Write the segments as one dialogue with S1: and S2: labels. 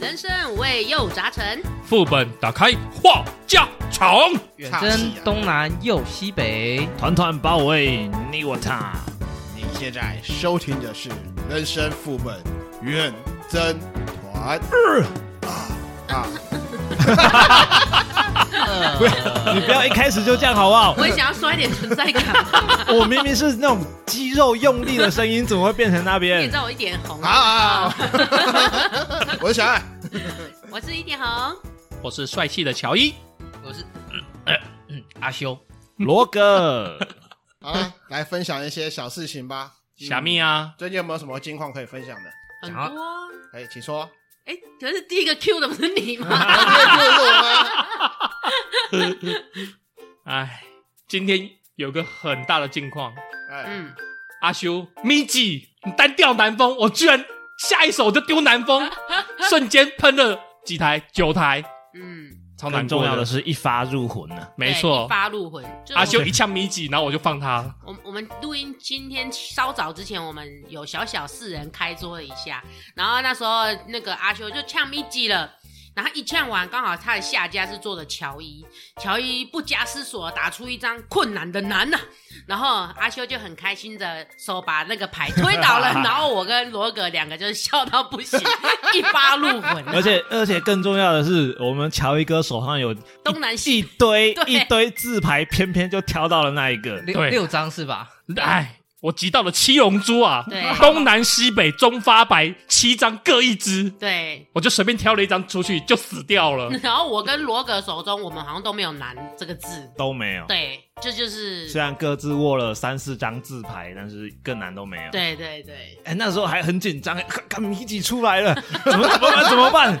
S1: 人生五味又杂陈，
S2: 副本打开话家常，
S3: 远
S4: 差
S3: 征
S4: 戏啊
S3: 东南又西北，
S5: 团团包围你我他。
S4: 你现在收听的是《人生副本远征团》啊啊！
S5: 你不要一开始就这样好不好？
S1: 我也想要刷一点存在感。
S5: 我明明是那种肌肉用力的声音，怎么会变成那
S1: 你也
S5: 边
S1: 知？道我一点红
S4: 好，好好， 我是小爱，
S1: 我是一点红，
S2: 我是帅气的乔伊。
S3: 我是嗯呃嗯阿修，
S5: 罗 哥，
S4: 好了，来分享一些小事情吧。嗯
S2: 虾米啊，
S4: 最近有没有什么近况可以分享的？
S1: 很
S3: 想
S1: 多
S3: 要
S1: 啊。
S4: 哎，请说。
S1: 哎，可是第一个 Q 的不是你吗？
S4: 啊这个就是我啊吗
S2: 哎，今天有个很大的近况，
S4: 哎，
S1: 嗯，
S2: 阿修咪吉，你单调南风，我居然下一首就丢 南风，瞬间喷了几台，九台，
S1: 嗯，
S2: 超难
S5: 很
S2: 过
S5: 重要的，是一发入魂啊呢、
S2: 没
S1: 对
S2: 错
S1: 一。发入魂。就
S2: 阿修一呛咪吉，然后我就放他了。
S1: 我我们录音今天稍早之前，我们有小小四人开桌了一下，然后那时候那个阿修就呛咪吉了，然后一呛完，刚好他的下家是坐的乔伊，乔伊不假思索地打出一张困难的难呐、啊然后阿修就很开心的手把那个牌推倒了，然后我跟罗格两个就是笑到不行， 一发入魂、
S5: 而且而且更重要的是，我们乔伊哥手上有
S1: 东南
S5: 一
S1: 西
S5: 堆
S1: 对
S5: 一堆字牌，偏偏就挑到了那一个。
S3: 六
S2: 对
S3: 六张是吧？
S2: 哎，我集到了七龙珠啊
S1: 对，
S2: 东南西北中发白七张各一只，
S1: 对。
S2: 我就随便挑了一张出去就死掉了。
S1: 然后我跟罗格手中，我们好像都没有“难”这个字。
S5: 都没有。
S1: 对，这就是
S5: 虽然各自握了三四张字牌，但是更难都没有。，
S1: 对对对，
S5: 哎、那时候还很紧张，哎看看米几出来了， 怎么怎么办？怎 么办？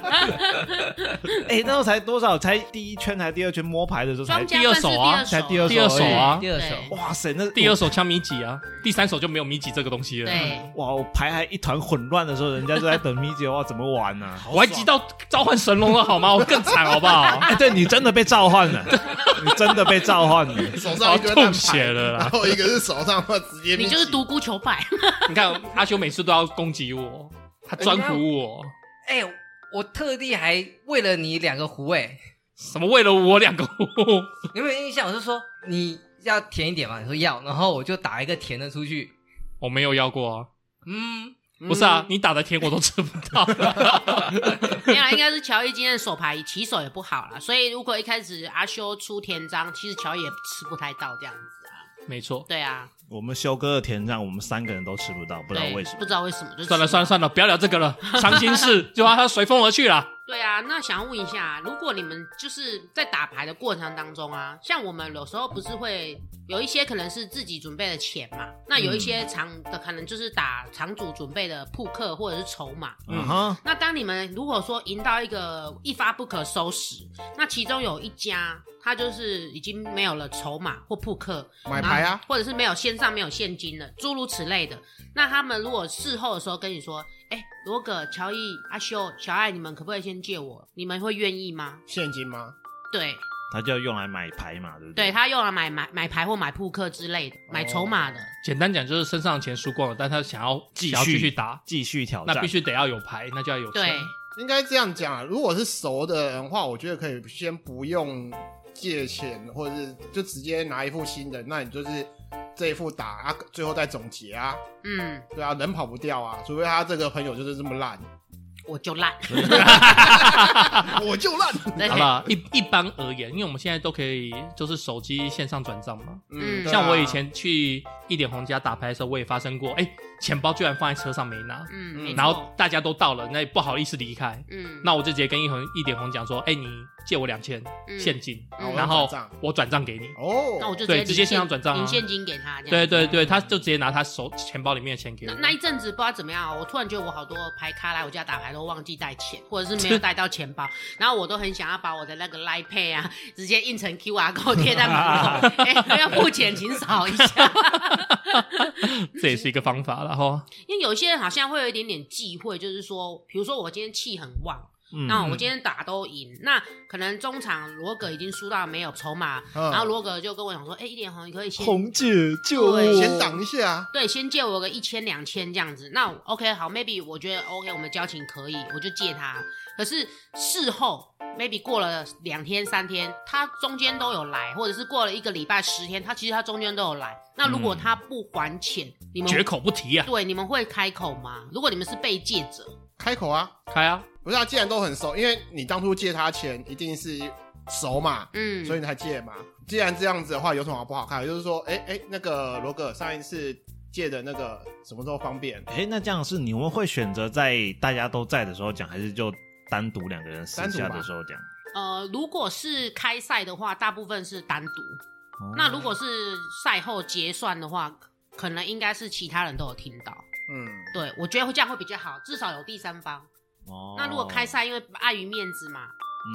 S5: 哎、那时候才多少？才第一圈，才第二圈摸牌的时候才
S1: 庄，家
S2: 第二
S1: 算是
S2: 手啊
S5: 才第二
S2: 第二手啊
S3: 第二首
S1: 对
S5: 哇塞，那
S2: 第二手枪米几啊，第三手就没有米几这个东西了。
S1: 对，
S5: 哇，我牌还一团混乱的时候，人家就在等米姐，哇，怎么玩呢、啊
S2: 我还集到召唤神龙了，好吗？我更惨，好不好？
S5: 哎、对你真的被召唤 了，你真的被召唤了。
S4: 手
S2: 我要
S4: 上一个
S2: 吐血了
S4: 然
S2: 啦！
S4: 后一个是手上会直接，
S1: 你就是独孤求败，
S2: 你看阿修每次都要攻击我，他专唬我，
S3: 哎、我特地还为了你两个胡哎、
S2: 什么为了我两个
S3: 你有没有印象？我是说你要甜一点嘛，你说要，然后我就打一个甜的出去。
S2: 我没有要过啊。
S3: 嗯，
S2: 不是啊，你打的甜我都吃不到。啊
S1: 没有啦，应该是乔伊今天的手牌起手也不好啦，所以如果一开始阿修出田章，其实乔伊也吃不太到这样子啊。
S2: 没错，
S1: 对啊，
S5: 我们修哥的甜让我们三个人都吃不到，不知道
S1: 对
S5: 为什么。
S1: 不知道为什么就
S2: 算
S1: 吃不到
S2: 了算了算了，不要聊这个了，伤心事就让它随风而去啦。
S1: 对啊，那想要问一下，如果你们就是在打牌的过程当中啊，像我们有时候不是会有一些可能是自己准备的钱嘛，那有一些场的可能就是打场主准备的扑克或者是筹码。
S5: 嗯哼，
S1: 那当你们如果说赢到一个一发不可收拾，那其中有一家他就是已经没有了筹码或扑克，
S4: 买牌
S1: 然后
S4: 啊，
S1: 或者是没有线上没有现金了，诸如此类的。那他们如果事后的时候跟你说，哎、罗格、乔伊、阿修、小爱，你们可不可以先借我？你们会愿意吗？
S4: 现金吗？
S1: 对，
S5: 他就用来买牌嘛，对不
S4: 嗯
S1: 对
S5: 对
S1: 他用来买买买牌或买扑克之类的，买筹码的。
S2: 简单讲就是身上的钱输光了，但他想要
S5: 继续
S2: 想要继续打，
S5: 继续挑战，
S2: 那必须得要有牌，那就要有
S1: 对
S2: 钱。，
S4: 应该这样讲啊，如果是熟的人的话，我觉得可以先不用借钱，或者是就直接拿一副新的，那你就是这一副打啊，最后再总结啊，
S1: 嗯，
S4: 对啊，人跑不掉啊，除非他这个朋友就是这么烂，
S1: 我就烂。
S4: 啊我就烂，
S1: 对
S2: 好了，一一般而言，因为我们现在都可以就是手机线上转账嘛。
S1: 嗯
S4: 对啊
S2: 像我以前去一点红家打牌的时候，我也发生过，哎、钱包居然放在车上没拿，
S1: 嗯，
S4: 嗯
S1: 没错
S2: 然后大家都到了，那也不好意思离开，
S1: 嗯，
S2: 那我就直接跟一红一点红讲说，哎、你借我两千
S1: 嗯
S2: 现金，
S1: 嗯
S2: 然
S4: 我
S2: 后
S4: 转账
S2: 我转账给你。
S4: 哦，
S1: 那我就直
S2: 对
S1: 接
S2: 直接
S1: 领
S2: 线上转账啊
S1: 领现金给他。这样
S2: 对对对，他就直接拿他手钱包里面的钱给
S1: 那
S2: 我。
S1: 那一阵子不知道怎么样啊，我突然觉得我好多牌咖来我家打牌都忘记带钱，或者是没有带到钱包，然后我都很想要把我的那个 Line Pay 啊，直接印成 QR code 贴在门 口，哎、要付钱请扫一下。
S2: 这也是一个方法了哈。
S1: 因为有些人好像会有一点点忌讳，就是说，比如说我今天气很旺，
S5: 嗯
S1: 那我今天打都赢，那可能中场罗格已经输到没有筹码，
S4: 嗯
S1: 然后罗格就跟我讲说，哎，一点红你可以先
S5: 红姐救我，
S1: 对
S4: 先挡一下啊。
S1: 对，先借我个一千两千这样子。那我 OK 好，maybe 我觉得 OK，我们交情可以，我就借他。可是事后 maybe 过了两天三天，他中间都有来，或者是过了一个礼拜十天，他其实他中间都有来。那如果
S5: 嗯
S1: 他不还钱，你们
S2: 绝口不提啊，
S1: 对你们会开口吗？如果你们是被借者，
S4: 开口啊！
S2: 开啊，
S4: 不是啊，既然都很熟，因为你当初借他钱一定是熟嘛，
S1: 嗯，
S4: 所以你才借嘛。既然这样子的话，有什么好不好看？就是说，哎、哎、那个罗哥上一次借的那个什么时候方便？
S5: 哎，那这样是你们会选择在大家都在的时候讲，还是就单独两个人私
S4: 单独
S5: 下
S4: 吧
S5: 的时候讲？
S1: 呃，如果是开赛的话，大部分是单独。
S5: 哦
S1: 那如果是赛后结算的话，可能应该是其他人都有听到。
S4: 嗯，
S1: 对，我觉得会这样会比较好，至少有第三方。
S5: 哦
S1: 那如果开赛，因为碍于面子嘛，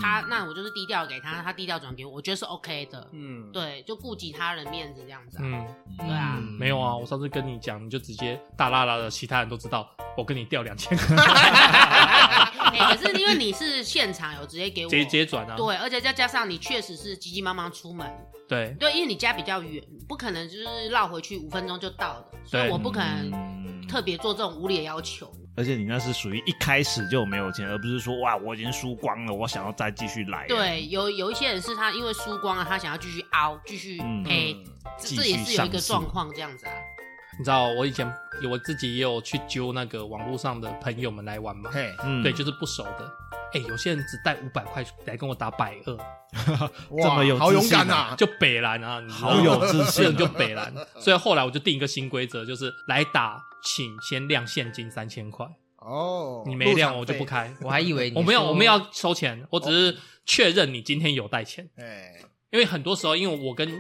S1: 他
S5: 嗯
S1: 那我就是低调给他，他低调转给我，我觉得是 OK 的。
S4: 嗯，
S1: 对，就顾及他人面子这样子、啊。
S2: 嗯，
S1: 对啊
S3: 嗯
S2: 没有啊，我上次跟你讲，你就直接大拉拉的，其他人都知道，我跟你调两千，
S1: 哎可是因为你是现场有直接给我，
S2: 直接转啊，
S1: 对，而且再加上你确实是急急忙忙出门，
S2: 对
S1: 对，因为你家比较远，不可能就是绕回去五分钟就到了，所以
S2: 对
S1: 我不可能
S5: 嗯
S1: 特别做这种无理的要求。
S5: 而且你那是属于一开始就没有钱，而不是说哇我已经输光了，我想要再继续来。，
S1: 对，有有一些人是他因为输光了，他想要继续凹，继续
S5: 嗯
S1: 黑，这这也
S5: 继续
S1: 是有一个
S5: 上
S1: 状
S5: 诉
S1: 况这样子啊。
S2: 你知道我以前我自己也有去揪那个网络上的朋友们来玩嘛，
S4: 嘿，
S5: 嗯
S2: 对，就是不熟的。哎、有些人只带五百块来跟我打百二，
S5: 这么有
S4: 好
S5: 自
S4: 勇
S5: 信
S4: 敢
S5: 啊
S4: 啊！
S2: 就北蓝啊，你知道吗
S5: 好有自
S2: 这
S5: 信啊
S2: 种，就北蓝。 所以后来我就定一个新规则，就是来打请先亮现金三千块，
S4: 哦，
S2: 你没亮
S4: 入场
S2: 我就不
S4: 费。
S2: 开。
S3: 我还以为你
S2: 我没有，
S3: 说哦
S2: 我没有要收钱，我只是确认你今天有带钱。
S4: 哎
S2: 因为很多时候，因为我跟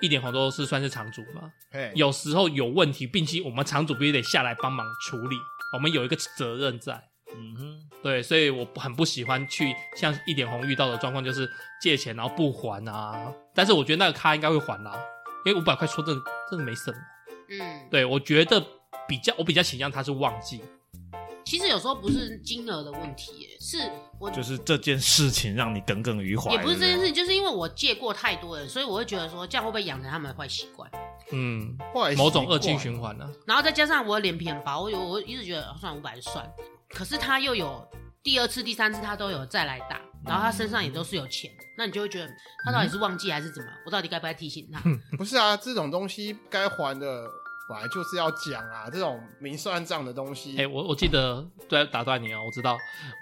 S2: 一点红都是算是场主嘛，
S4: 嘿，
S2: 有时候有问题，并且我们场主必须得下来帮忙处理，我们有一个责任在。
S5: 嗯哼，
S2: 对，所以我很不喜欢去像一点红遇到的状况，就是借钱然后不还啊。但是我觉得那个咖应该会还啦、因为五百块说真的真的没什么。
S1: 嗯，
S2: 对，我觉得比较我比较倾向他是忘记，
S1: 其实有时候不是金额的问题耶，是我
S5: 就是这件事情让你耿耿于怀，
S1: 也不是这
S5: 对
S1: 件
S5: 对
S1: 事，就是因为我借过太多人，所以我会觉得说这样会不会养成他们的坏习惯？
S2: 嗯，
S4: 坏哎习惯
S2: 某种恶性循环啊。
S1: 然后再加上我的脸皮很薄，我有我一直觉得哦算五百就算，可是他又有第二次、第三次他都有再来打，然后他身上也都是有钱的，那你就会觉得他到底是忘记还是怎么？我到底该不该提醒他？
S4: 不是啊，这种东西该还的本来就是要讲啊，这种明算账的东西。
S2: 哎、我我记得，对，打断你哦，我知道，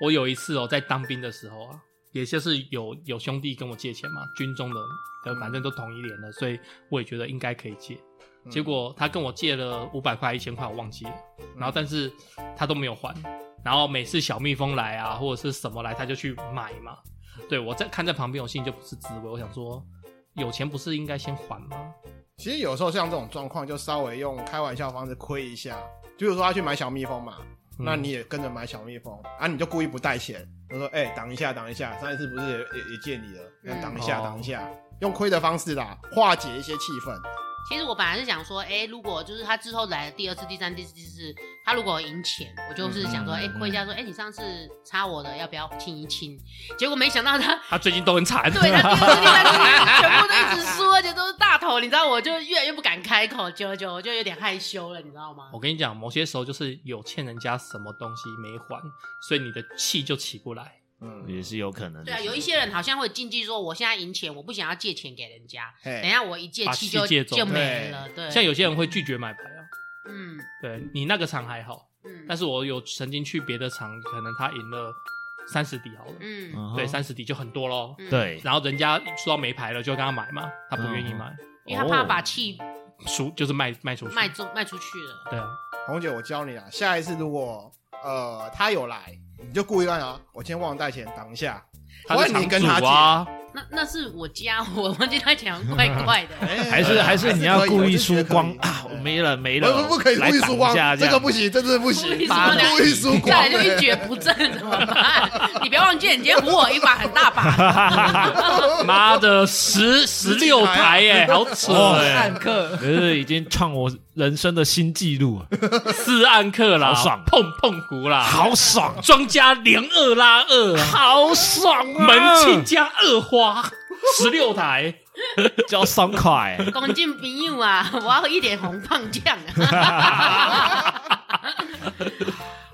S2: 我有一次哦，在当兵的时候啊，也就是有有兄弟跟我借钱嘛，军中的，呃，反正都同一年了，所以我也觉得应该可以借。
S4: 嗯
S2: 结果他跟我借了五百块、一千块，我忘记了，然
S4: 嗯
S2: 后但是他都没有还，然后每次小蜜蜂来啊，或者是什么来，他就去买嘛。对我在看在旁边，我心里就不是滋味，我想说，有钱不是应该先还吗？
S4: 其实有时候像这种状况，就稍微用开玩笑方式亏一下，比如说他去买小蜜蜂嘛，
S2: 嗯
S4: 那你也跟着买小蜜蜂啊，你就故意不带钱，他说：“哎、挡一下，挡一下，上一次不是也也也借你了，那
S1: 嗯
S4: 挡一下，
S2: 哦
S4: 挡一下。”用亏的方式啦，化解一些气氛。
S1: 其实我本来是想说，哎、如果就是他之后来的第二次、第三次、第四次，他如果有赢钱，我就是想
S2: 嗯
S1: 说，哎、亏一下说，哎、你上次插我的，要不要亲一亲？结果没想到他，
S2: 他最近都很惨，
S1: 对他第二次、第三次 全部都一直输，而且都是大头，你知道，我就越来越不敢开口，久而久我就有点害羞了，你知道吗
S2: 我？跟你讲，某些时候就是有欠人家什么东西没还，所以你的气就起不来。
S5: 也
S4: 嗯，
S5: 是有可能的。
S1: 对啊，有一些人好像会禁忌说，我现在赢钱，我不想要借钱给人家，等一
S4: 嘿，
S1: 下我一借
S2: 把
S1: 气
S2: 气
S1: 就
S2: 借走
S1: 就
S4: 对
S1: 没了，对，
S2: 像有些人会拒绝买牌啊，
S1: 嗯
S2: 对你那个场还好，
S1: 嗯
S2: 但是我有曾经去别的场，可能他赢了三十底好了，
S1: 嗯
S5: 嗯哼
S2: 对，三十底就很多咯。
S1: 嗯，
S5: 对，
S2: 然后人家说到没牌了，就跟他买嘛，他不愿意买，
S1: 因为他怕
S5: 哦
S1: 把气
S2: 输就是卖卖出去，
S1: 卖出卖出去了，
S2: 对啊，
S4: 红姐，我教你啊，下一次如果呃他有来，你就故意让他，我今天忘了带钱，挡一下。
S2: 他
S4: 万
S2: 是
S4: 一
S2: 场
S4: 跟
S2: 主
S4: 他借
S2: 啊，
S1: 那那 是我家，我忘记他讲怪怪的。
S4: 哎
S5: 还是还是你
S4: 啊
S5: 要
S4: 可以
S5: 故
S4: 我
S5: 意
S4: 就觉
S5: 输
S4: 得可
S5: 光
S4: 以
S5: 啊！没了没
S4: 我们
S5: 了，
S4: 不可以
S5: 来
S4: 故意
S5: 挡
S4: 输
S5: 一
S4: 光
S5: 下，
S4: 这
S5: 样
S4: 个不行，真的 不
S1: 故意
S4: 行，
S1: 输光
S4: 故意输光
S1: 再来，就一蹶不振，怎么办？ 你别忘记，你今天唬我一把很大把，
S2: 妈的，十十六
S4: 啊
S2: 台耶， 好扯
S5: 哦
S2: 哎，
S3: 暗客
S5: 可是已经创我人生的新纪录了，
S2: 四暗克啦，
S5: 好爽
S2: 碰碰胡 啦，
S5: 好爽，
S2: 庄家连二拉二啊，
S5: 好爽啊！
S2: 门庆加二花，十六台，
S5: 叫爽快，
S1: 龚进朋友啊，我要一点红胖酱啊。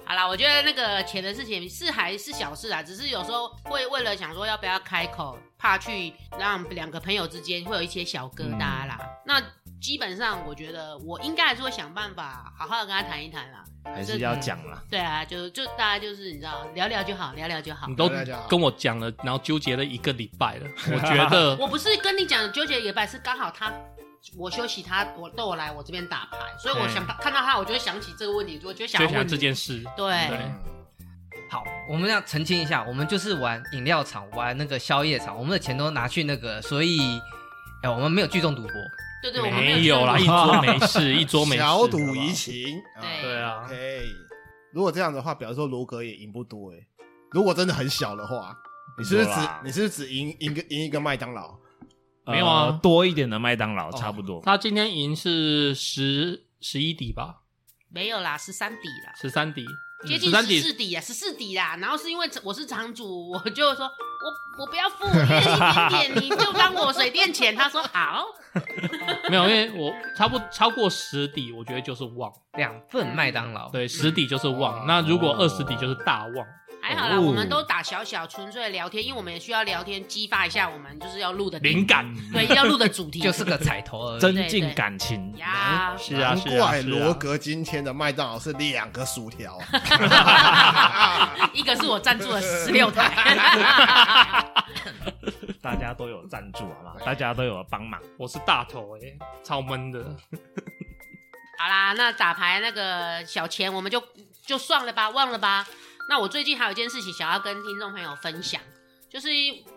S1: 好啦，我觉得那个钱的事情是还是小事啊，只是有时候会为了想说要不要开口，怕去让两个朋友之间会有一些小疙瘩啦。那基本上我觉得我应该还是会想办法好好的跟他谈一谈啦。
S5: 还是要讲啦。
S1: 对啊，就就大家就是你知道聊聊就好，聊聊就好
S2: 你。都
S4: 大家好
S2: 跟我讲了，然后纠结了一个礼拜了，我觉得
S1: 我不是跟你讲纠结野百，是刚好他我休息他，我对我来我这边打牌，所以我想看到他，我就会想起这个问题，我就会想
S2: 就
S1: 要问
S2: 想
S1: 你
S2: 这。件事，
S4: 嗯
S1: 对，
S3: 好，我们要澄清一下，我们就是玩饮料场，玩那个宵夜场，我们的钱都拿去那个，所以，哎，我们没有聚众赌博。
S1: 对对，我们
S2: 没
S1: 有
S2: 有 啦，
S1: 这
S2: 一
S1: 个
S2: 桌没事，一桌没事，
S4: 小赌
S2: 好不好
S4: 怡情，啊
S1: 对
S2: 对啊，
S4: OK，如果这样的话，表示说罗格也赢不多哎、如果真的很小的话，你是不是
S5: 不
S4: 只
S5: 多啦
S4: 你是不是只赢赢个赢一个麦当劳？
S5: 呃
S2: 没有啊哦
S5: 多一点的麦当劳差不多。
S2: 他今天赢是十十一底吧，
S1: 没有啦，十三底啦，
S2: 十三底，
S1: 接近
S2: 嗯十三
S1: 十四
S2: 底，
S1: 底啊，十四底啦。然后是因为我是场主，我就说我我不要付，因为一点点你就当我水电钱。他说好，
S2: 没有，因为我差不超过十底，我觉得就是旺，
S3: 两份麦当劳，
S2: 对，十底就是
S4: 哦
S2: 旺，那如果二十底就是大旺，
S1: 还好啦，
S5: 哦
S1: 我们都打小小，纯粹聊天，因为我们也需要聊天激发一下我们就是要录的
S2: 灵，感，
S1: 对，要录的主题
S3: 就是个彩头而已。
S5: 增进感情。
S1: 呀。
S2: 是啊，
S4: 难
S2: 是啊，
S4: 怪
S2: 是
S4: 罗
S2: 啊，
S4: 格今天的麦当劳是两个薯条哦啊，
S1: 一个是我赞助的十六台，
S5: 大家都有赞助，好吗？大家都有帮忙。
S2: 我是大头哎，超闷的，
S1: 好啦，那打牌那个小钱我们就就算了吧，忘了吧。那我最近还有一件事情想要跟听众朋友分享，就是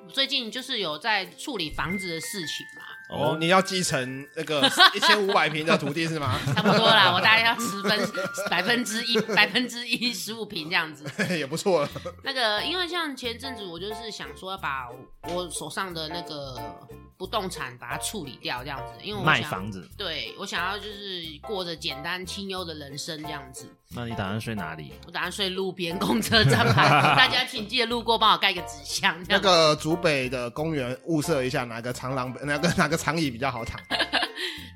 S1: 我最近就是有在处理房子的事情嘛，
S4: 哦，你要继承那个一千五百平的土地是吗？
S1: 差不多啦，我大概要十分百分之一百分之一十五平这样子。
S4: 也不错了，
S1: 那个，因为像前阵子我就是想说把我手上的那个不动产把它处理掉这样子，因为我
S5: 卖
S1: 想
S5: 房子，
S1: 对我想要就是过着简单清幽的人生这样子。
S5: 那你打算睡哪里？
S1: 我打算睡路边公车站牌， 大家请记得路过帮我盖个纸箱。这
S4: 那
S1: 样
S4: 个竹北的公园物色一下哪个长廊，哪个哪个长椅比较好躺。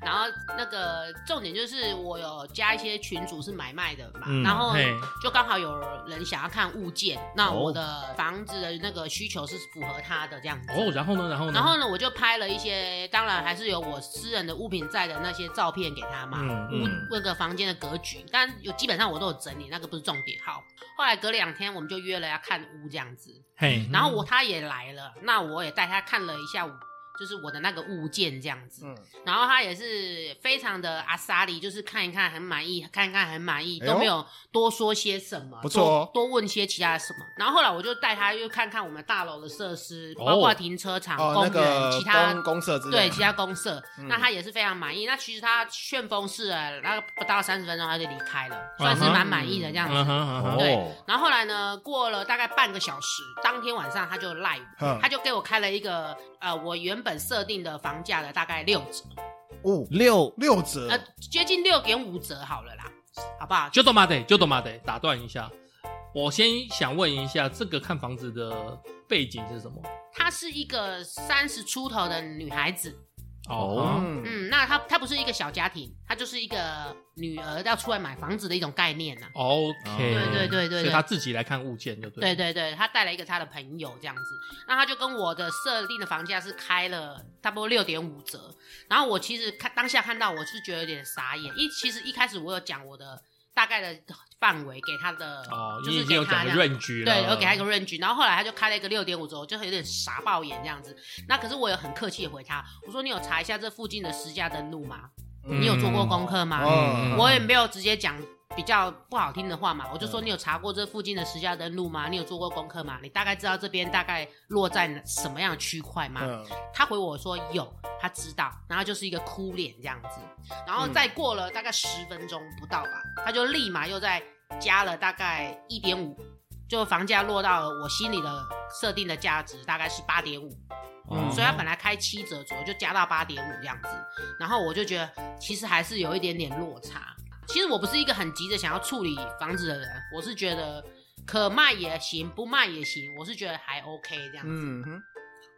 S1: 然后那个重点就是我有加一些群组是买卖的嘛，
S5: 嗯
S1: 然后
S2: 嘿哦
S1: 就刚好有人想要看物件，那我的房子的那个需求是符合他的这样子。
S2: 哦，然后呢，然后呢，
S1: 然后呢，我就拍了一些，当然还是有我私人的物品在的那些照片给他嘛，
S5: 嗯
S1: 物
S5: 嗯
S1: 那个房间的格局，但有基本上我都有整理，那个不是重点。好，后来隔两天我们就约了要看屋这样子，
S2: 嘿，
S1: 然后
S4: 嗯
S1: 我他也来了，那我也带他看了一下我，就是我的那个物件这样子。
S4: 嗯，
S1: 然后他也是非常的阿萨里，就是看一看很满意，看一看很满意，
S4: 哎呦
S1: 都没有多说些什么，
S4: 不错哦
S1: 多，多问些其他什么。然后后来我就带他又看看我们大楼的设施，
S2: 哦
S1: 包括停车场、
S4: 哦，
S1: 啊公
S4: 那
S1: 园、
S4: 个
S1: 其他
S4: 公公社之类
S1: 对
S4: 的，
S1: 其他公社，
S4: 嗯
S1: 那他也是非常满意。那其实他旋风式了，那不到三十分钟他就离开了，
S2: 嗯哼
S1: 算是蛮满意的这样子。
S2: 嗯哼嗯哼，
S1: 对
S5: 哦，
S1: 然后后来呢，过了大概半个小时，当天晚上他就赖我，
S4: 嗯
S1: 他就给我开了一个呃，我原本设定的房价的大概六折，
S4: 哦，
S5: 六
S4: 六折
S1: 呃，接近六点五折好了啦，好不好？
S2: 就懂嘛得，就懂嘛得，打断一下，我先想问一下，这个看房子的背景是什么？
S1: 她是一个三十出头的女孩子，
S5: 哦
S4: 嗯
S1: 嗯，那她她不是一个小家庭，她就是一个女儿要出来买房子的一种概念啊呐、
S2: 哦，OK，
S5: 对
S1: 对对对对
S2: 所以他自己来看物件就对，
S1: 对，对对，她带了一个她的朋友这样子，那她就跟我的设定的房价是开了差不多六点五折，然后我其实看当下看到我是觉得有点傻眼，一其实一开始我有讲我的大概的范围给她的，
S2: 哦，
S1: 就
S2: 你
S1: 是
S2: 已经
S1: 给
S2: 有
S1: 她
S2: 讲
S1: 这
S2: 个
S1: 样
S2: range 了，
S1: 对，我给他一个 range，然后后来他就开了一个六点五折，我就有点傻爆眼这样子。那可是我有很客气的回他，我说你有查一下这附近的实价登录吗？
S4: 嗯
S1: 你有做过功课吗？
S4: 哦
S1: 我也没有直接讲比较不好听的话嘛，我就说你有查过这附近的时下登录吗？你有做过功课吗？你大概知道这边大概落在哪什么样的区块吗？
S4: 嗯，
S1: 他回我说有，他知道，然后就是一个哭脸这样子，然后再过了大概十分钟不到吧，他就立马又再加了大概一点五，就房价落到了我心里的设定的价值大概是八点五，
S2: 嗯
S1: 所以他本来开七折左右，就加到八点五这样子，然后我就觉得其实还是有一点点落差。其实我不是一个很急着想要处理房子的人，我是觉得可卖也行，不卖也行，我是觉得还 OK 这样子。
S4: 嗯哼，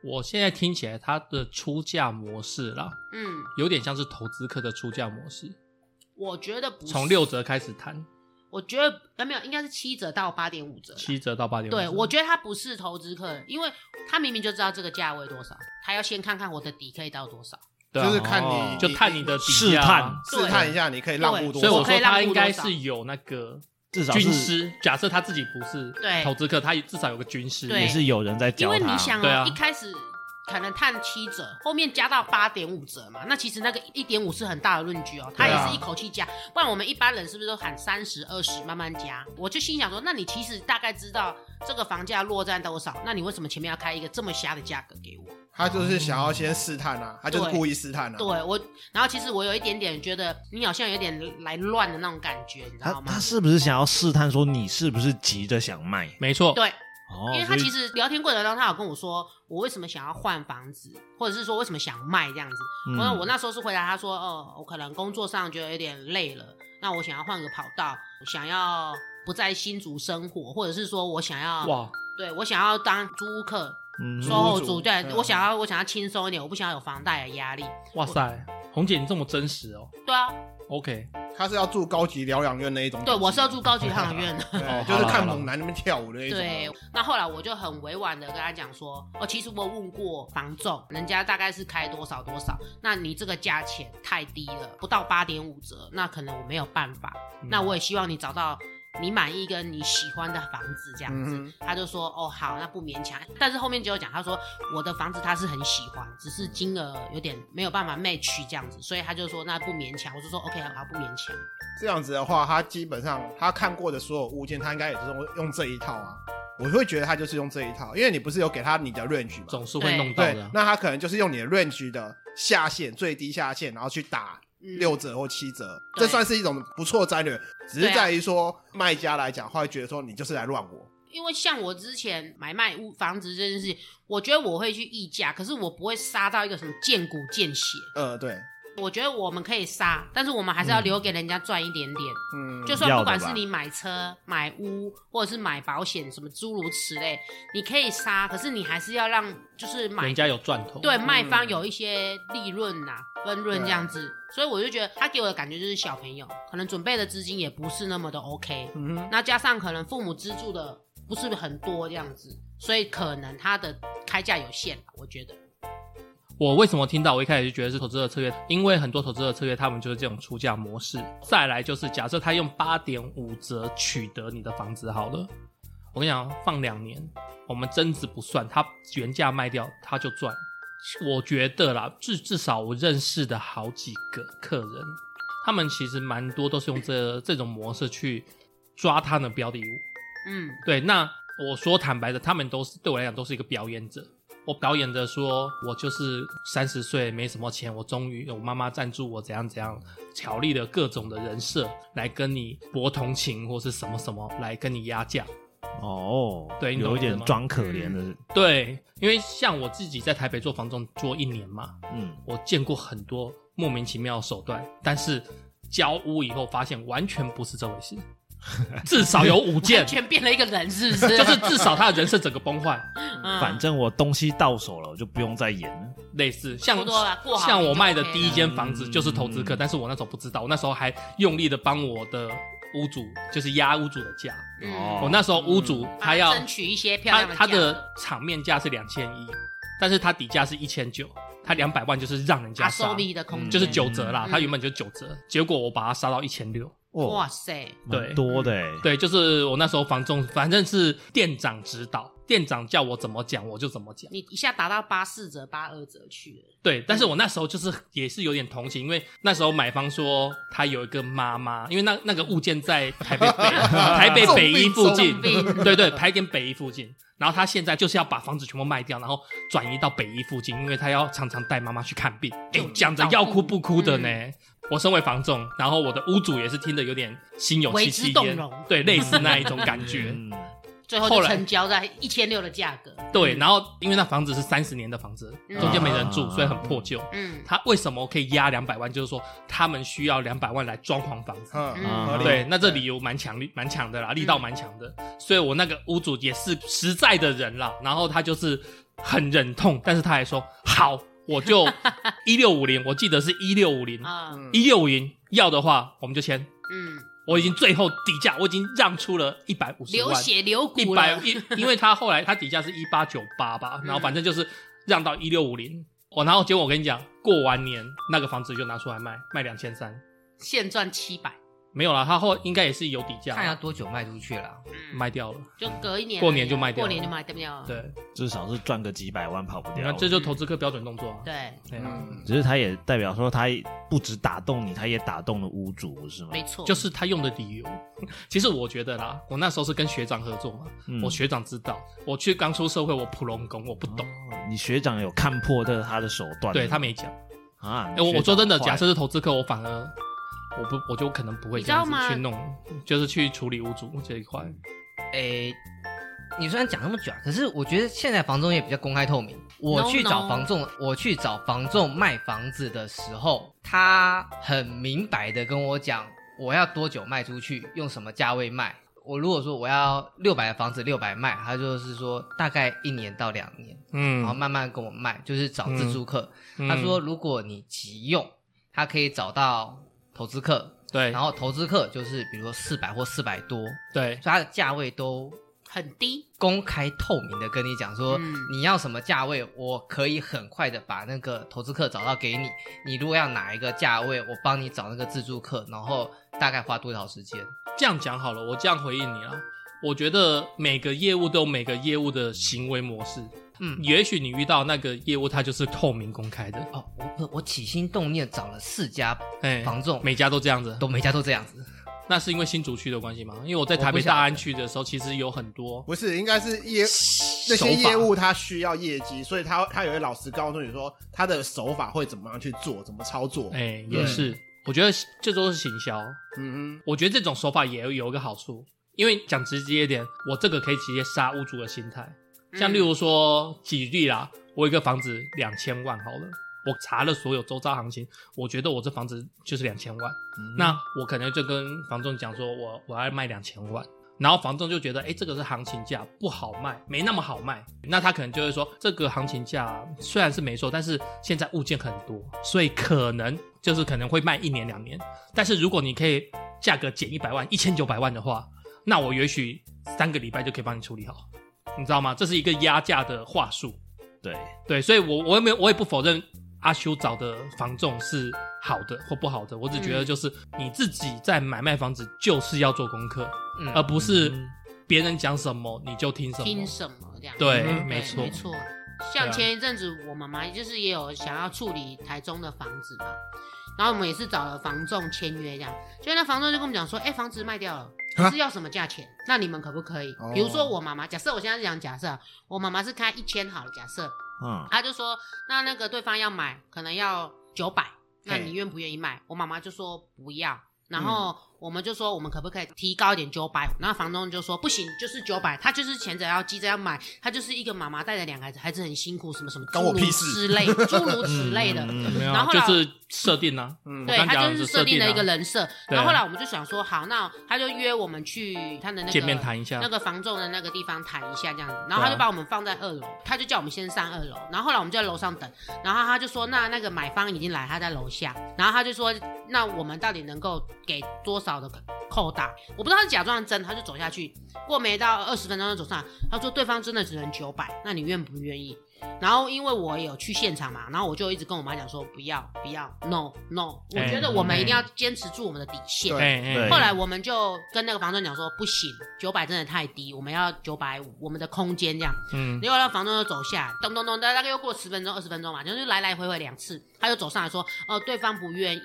S2: 我现在听起来它的出价模式啦，
S1: 嗯，
S2: 有点像是投资客的出价模式，
S1: 我觉得不是
S2: 从六折开始谈，
S1: 我觉得呃没有，应该是七折到八点五折啦。
S2: 七折到八点五折。
S1: 对，我觉得他不是投资客，因为他明明就知道这个价位多少，他要先看看我的底可以到多少。
S2: 对啊
S4: 就是看
S5: 哦
S4: 你，
S2: 就看你的底
S5: 试
S2: 价
S5: 探
S2: 啊
S4: 试探一下，你可以让步多
S2: 所以我
S4: 少
S1: 可
S2: 说
S1: 以让
S2: 他
S1: 步
S2: 应该
S1: 多少
S2: 是有那个
S5: 至少
S2: 军
S5: 是
S2: 师，假设他自己不是
S1: 对
S2: 投资客，他至少有个军师。
S1: 对
S5: 也是有人在
S1: 因
S5: 教
S1: 为
S5: 他
S1: 你，想哦
S2: 对啊
S1: 一开始可能探七折，后面加到八点五折嘛，那其实那个一点五是很大的论据哦，他
S4: 对啊
S1: 也是一口气加，不然我们一般人是不是都喊三十、二十慢慢加？我就心想说，那你其实大概知道这个房价落在多少，那你为什么前面要开一个这么瞎的价格给
S5: 嗯
S1: 我？
S4: 他就是想要先试探啊，他就是故意试探啊。
S1: 对我，然后其实我有一点点觉得你好像有点来乱的那种感觉，你知
S5: 他
S1: 道吗
S5: 他？是不是想要试探说你是不是急着想卖？
S2: 没错，
S1: 对，
S5: 哦，
S1: 因为他
S5: 所以
S1: 其实聊天过程当中，他有跟我说我为什么想要换房子，或者是说为什么想卖这样子。
S5: 嗯
S1: 那、我那时候是回答他说，哦，我可能工作上觉得有点累了，那我想要换个跑道，想要不在新竹生活，或者是说我想要，
S2: 哇，
S1: 对我想要当租屋客、
S5: 嗯
S1: 售后租，
S4: 租
S1: 对、
S4: 嗯
S1: 我想要我想要轻松一点，我不想要有房贷的压力。
S2: 哇塞，红姐你这么真实哦。
S1: 对啊，
S2: OK，
S4: 他是要住高级疗养院那一种等级。
S1: 对我是要住高级养老院的。
S4: 对，
S2: 哦
S4: 就
S2: 好
S4: 是
S2: 啦
S4: 看
S2: 好啦
S4: 猛男那边跳舞的那一种啊。
S1: 对，那后来我就很委婉的跟他讲说，哦，其实我问过房仲，人家大概是开多少多少，那你这个价钱太低了，不到八点五折，那可能我没有办法。
S2: 嗯
S4: 嗯
S1: 那我也希望你找到你满意跟你喜欢的房子这样子。
S4: 嗯
S1: 他就说哦好，那不勉强。但是后面就有讲，他说我的房子他是很喜欢，只是金额有点没有办法 match 这样子，所以他就说那不勉强。我就说 OK 好，不勉强。
S4: 这样子的话，他基本上他看过的所有物件，他应该也是用用这一套啊。我会觉得他就是用这一套，因为你不是有给他你的 range 嘛？
S2: 总是会弄到
S4: 对
S2: 的啊，。
S4: 那他可能就是用你的 range 的下限最低下限，然后去打
S1: 嗯
S4: 六折或七折，
S1: 对
S4: 这算是一种不错战略。只
S1: 对
S4: 是
S1: 啊
S4: 在于说卖家来讲，他会觉得说你就是来乱我。
S1: 因为像我之前买卖屋房子这件事情，我觉得我会去议价，可是我不会杀到一个什么见骨见血。
S4: 呃，对，
S1: 我觉得我们可以杀，但是我们还是要留给人家赚一点点。
S4: 嗯，
S1: 就算
S5: 要
S1: 不
S5: 的吧
S1: 管是你买车、买屋，或者是买保险，什么诸如此类，你可以杀，可是你还是要让就是买
S2: 人家有嗯赚头。
S1: 对卖方有一些利润呐、分润这样子。所以我就觉得他给我的感觉就是小朋友可能准备的资金也不是那么的 OK，
S4: 嗯哼，
S1: 那加上可能父母资助的不是很多这样子，所以可能他的开价有限吧，我觉得。
S2: 我为什么听到我一开始就觉得是投资者策略？因为很多投资者策略，他们就是这种出价模式。再来就是，假设他用八点五折取得你的房子好了，我跟你讲，放两年，我们增值不算，他原价卖掉他就赚。我觉得啦，至至少我认识的好几个客人，他们其实蛮多都是用这这种模式去抓他们的标的物。
S1: 嗯
S2: 对，那我说坦白的，他们都是对我来讲都是一个表演者。我表演着说，我就是三十岁没什么钱，我终于有妈妈赞助我怎样怎样，巧立了各种的人设来跟你博同情或是什么什么来跟你压价。
S5: 哦，
S2: 对你懂
S5: 有一
S2: 我意思
S5: 点
S2: 吗
S5: 装可怜的，
S2: 对，因为像我自己在台北做房仲做一年嘛，
S5: 嗯，
S2: 我见过很多莫名其妙的手段，但是交屋以后发现完全不是这回事，至少有五件
S1: 完，全变了一个人， 是不是？
S2: 就是至少他的人设整个崩坏。
S1: 嗯
S5: 反正我东西到手了，我就不用再演了。
S2: 类似像
S1: 差不多啦过好
S2: 像
S1: 你就
S2: 我卖的
S1: OK
S2: 第一间房子
S5: 了
S2: 就是投资客，
S5: 嗯
S2: 但是我那时候不知道，我那时候还用力的帮我的屋主，就是压屋主的价。
S1: 嗯
S5: 哦
S2: 我那时候屋主
S1: 帮
S2: 他要
S1: 争取一些漂
S2: 他
S1: 亮
S2: 他
S1: 价格
S2: 的场面价是两千一，但是他底价是一千九，他两百万就是让人家
S1: 阿
S2: 杀
S1: 收，利的空间，
S2: 就是九折啦，
S1: 嗯
S2: 他原本就九折，结果我把他杀到一千六。
S1: 哇
S5: 哇，
S1: 塞，
S5: 哦蛮多的哎，
S2: 嗯对，就是我那时候房仲，反正是店长指导，店长叫我怎么讲我就怎么讲。
S1: 你一下打到八四折、八二折去了，
S2: 对，但是我那时候就是也是有点同情，因为那时候买方说他有一个妈妈，因为那那个物件在台北 北台北北一附近
S1: 重，病
S2: 对对，台点北一附近。然后他现在就是要把房子全部卖掉，然后转移到北一附近，因为他要常常带妈妈去看病。哎，讲着要哭不哭的呢。
S1: 嗯
S2: 我身为房仲，然后我的屋主也是听得有点心有
S1: 为
S2: 戚
S1: 之
S2: 戚
S1: 动
S2: 焉
S1: 容，
S2: 对，类似那一种感觉。
S5: 嗯，
S1: 最后
S2: 后
S1: 就
S2: 来
S1: 成交在一千六的价格。
S2: 对，然后因为那房子是三十年的房子，
S1: 嗯
S2: 中间没人住，所以很破旧。
S1: 嗯，
S2: 他为什么可以压两百万？就是说他们需要两百万来装潢房子。
S4: 嗯，
S1: 嗯
S4: 合理
S2: 啊对，那这理由蛮强力，蛮强的啦，力道蛮强的。所以我那个屋主也是实在的人啦，然后他就是很忍痛，但是他还说好，我 就一六五零，我记得是一六五零，
S1: 啊，
S4: 嗯
S2: 一六五零要的话我们就签。
S1: 嗯，
S2: 我已经最后底价，我已经让出了一百五十
S1: 流
S2: 万，
S1: 血流
S2: 一
S1: 骨
S2: 百
S1: 了。
S2: 一，因为他后来他底价是一八九八吧，然后反正就是让到一六五零。我然后结果我跟你讲，过完年那个房子就拿出来卖，卖两千三，
S1: 现赚七百，
S2: 没有啦，他后应该也是有底价啦，
S3: 看要多久卖出去了。
S1: 嗯，
S2: 卖掉了。
S1: 就隔一年而已啊，
S2: 过年就卖掉
S1: 过年就卖掉了。
S2: 对，
S5: 至少是赚个几百万跑不
S2: 你
S5: 掉
S2: 看。这就投资客标准动作啊。
S1: 对，
S2: 对啊，
S4: 嗯
S5: 只是他也代表说，他不止打动你，他也打动了屋主，不是吗？
S1: 没错，
S2: 就是他用的理由。 其实我觉得啦，我那时候是跟学长合作嘛，
S5: 嗯
S2: 我学长知道，我去刚出社会，我普龙工我不懂，
S5: 哦你学长有看破的他的手段，
S2: 对他没讲。
S5: 啊？
S2: 哎、
S5: 哎
S2: 我我说真的，假设是投资客，我反而我不我就可能不会
S1: 你
S2: 这样
S1: 知道吗
S2: 子去弄，就是去处理屋主这一块。
S3: 诶、你虽然讲那么久啊，可是我觉得现在房仲也比较公开透明。我
S1: No,
S3: 去找
S1: no
S3: 房仲我去找房仲卖房子的时候，他很明白的跟我讲，我要多久卖出去，用什么价位卖。我如果说我要六百的房子六百卖，他就是说大概一年到两年，然后
S2: 嗯，
S3: 慢慢跟我卖，就是找自住客。
S2: 嗯
S3: 他说如果你急用，他可以找到投资客，
S2: 对，
S3: 然后投资客就是比如说四百或四百多，所
S2: 对
S3: 以，它的价位都
S1: 很低，
S3: 公开透明的跟你讲说，
S1: 嗯
S3: 你要什么价位，我可以很快的把那个投资客找到给你。你如果要哪一个价位，我帮你找那个自助客，然后大概花多少时间？
S2: 这样讲好了，我这样回应你啦。我觉得每个业务都有每个业务的行为模式，
S3: 嗯，
S2: 也许你遇到那个业务，它就是透明公开的，
S3: 哦，我不我起心动念找了四家
S2: 哎、
S3: 房仲，
S2: 每家都这样子。
S3: 都每家都这样子。
S2: 那是因为新竹区的关系吗？因为我在台
S3: 我不
S2: 北
S3: 晓得
S2: 大安区的时候，其实有很多
S4: 不是，应该是业那
S2: 手
S4: 些
S2: 法
S4: 业务他需要业绩，所以他他也会老实告诉你说他的手法会怎么样去做，怎么操作。
S2: 哎、也是。我觉得这都是行销，
S4: 嗯
S2: 我觉得这种手法也有一个好处，因为讲直接一点，我这个可以直接杀屋主的心态。像
S1: 嗯
S2: 例如说，举例啦，我有一个房子两千万好了，我查了所有周遭行情，我觉得我这房子就是两千万，那我可能就跟房仲讲说我我要卖两千万。然后房仲就觉得，哎，这个是行情价，不好卖，没那么好卖。那他可能就会说，这个行情价虽然是没错，但是现在物件很多，所以可能就是可能会卖一年两年。但是如果你可以价格减一百万、一千九百万的话，那我也许三个礼拜就可以帮你处理好，你知道吗？这是一个压价的话术。
S5: 对，嗯
S2: 对，所以我我也没有，我也不否认阿修找的房仲是好的或不好的，我只觉得
S1: 嗯
S2: 就是你自己在买卖房子就是要做功课，
S3: 嗯，
S4: 啊
S2: 而不是
S5: 嗯
S2: 别人讲什么你就听什么。
S1: 听什么这样？
S2: 对
S1: 嗯
S2: 没错
S1: 没错。
S2: 对
S1: 像
S2: 啊
S1: 前一阵子我妈妈就是也有想要处理台中的房子嘛，然后我们也是找了房仲签约这样，就那房仲就跟我们讲说，哎、房子卖掉了。
S4: 啊
S1: 是要什么价钱？那你们可不可以
S4: 哦？
S1: 比如说我妈妈，假设我现在是讲假设，啊我妈妈是开一千好了，假设，
S5: 嗯，
S1: 他就说，那那个对方要买，可能要九百，那
S4: 嘿
S1: 你愿不愿意卖？我妈妈就说不要，然后我们就说我们可不可以提高一点九百？然后房东就说不行，就是九百，他就是前者要急着要买，他就是一个妈妈带着两个孩子，孩子很辛苦，什么什么，
S4: 关我
S1: 诸如
S4: 屁事
S1: 之类，诸如此类的。
S5: 嗯
S2: 没有
S1: 然
S2: 啊，
S1: 后
S2: 就
S1: 后来
S2: 是设定啊，
S4: 嗯，
S1: 对
S2: 我刚
S1: 他
S2: 讲
S1: 就
S2: 的
S1: 是
S2: 是
S1: 设定
S2: 设定
S1: 了
S2: 啊
S1: 一个人设，
S2: 对
S1: 然后后来我们就想说，好，那他就约我们去他的那个
S2: 见面谈一下
S1: 那个房仲的那个地方谈一下这样子，然后他
S2: 对啊
S1: 就把我们放在二楼，他就叫我们先上二楼，然后后来我们就在楼上等，然后他就说那那个买方已经来，他在楼下，然后他就说那我们到底能够给多少的扣打？我不知道他是假装真，他就走下去，过没到二十分钟就走上来，他说对方真的只能九百，那你愿不愿意？然后因为我有去现场嘛，然后我就一直跟我妈讲说不要不要，no no，我
S2: 哎
S1: 觉得我们
S2: 哎
S1: 一定要坚持住我们的底线。
S4: 对
S2: 哎哎
S5: 对
S1: 后来我们就跟那个房东讲说不行，九百真的太低，我们要九百五，我们的空间这样。
S2: 嗯，
S1: 结果那房东就走下来，咚咚咚，大大概又过十分钟、二十分钟嘛，就是来来回回两次，他就走上来说，哦，对方不愿意，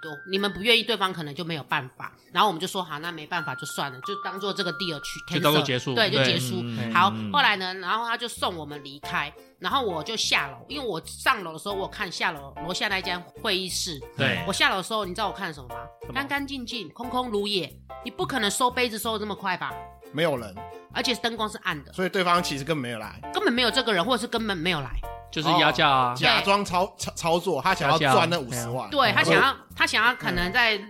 S1: 都你们不愿意，对方可能就没有办法。然后我们就说好，那没办法就算了，就当做这个 deal 去 c
S2: 就当做结束
S1: 对，就
S2: 对
S1: 结束。
S5: 嗯
S1: 好
S5: 嗯，
S1: 后来呢，然后他就送我们离开，然后我就下楼，因为我上楼的时候，我有看下楼楼下那间会议室，
S5: 嗯
S2: 对
S5: 哎
S1: 我下楼的时候，你知道我看了什么吗？
S2: 么
S1: 干干净净，空空如也，你不可能收杯子收的这么快吧？
S4: 没有人，
S1: 而且灯光是暗的，
S4: 所以对方其实根本没有来，
S1: 根本没有这个人，或者是根本没有来。
S2: 就是
S1: 哦
S2: 压价啊，
S1: 对
S4: 假装操操操作，他想要
S2: 假假
S4: 赚那五十万，
S1: 对他
S4: 嗯
S1: 想要，他想要可能在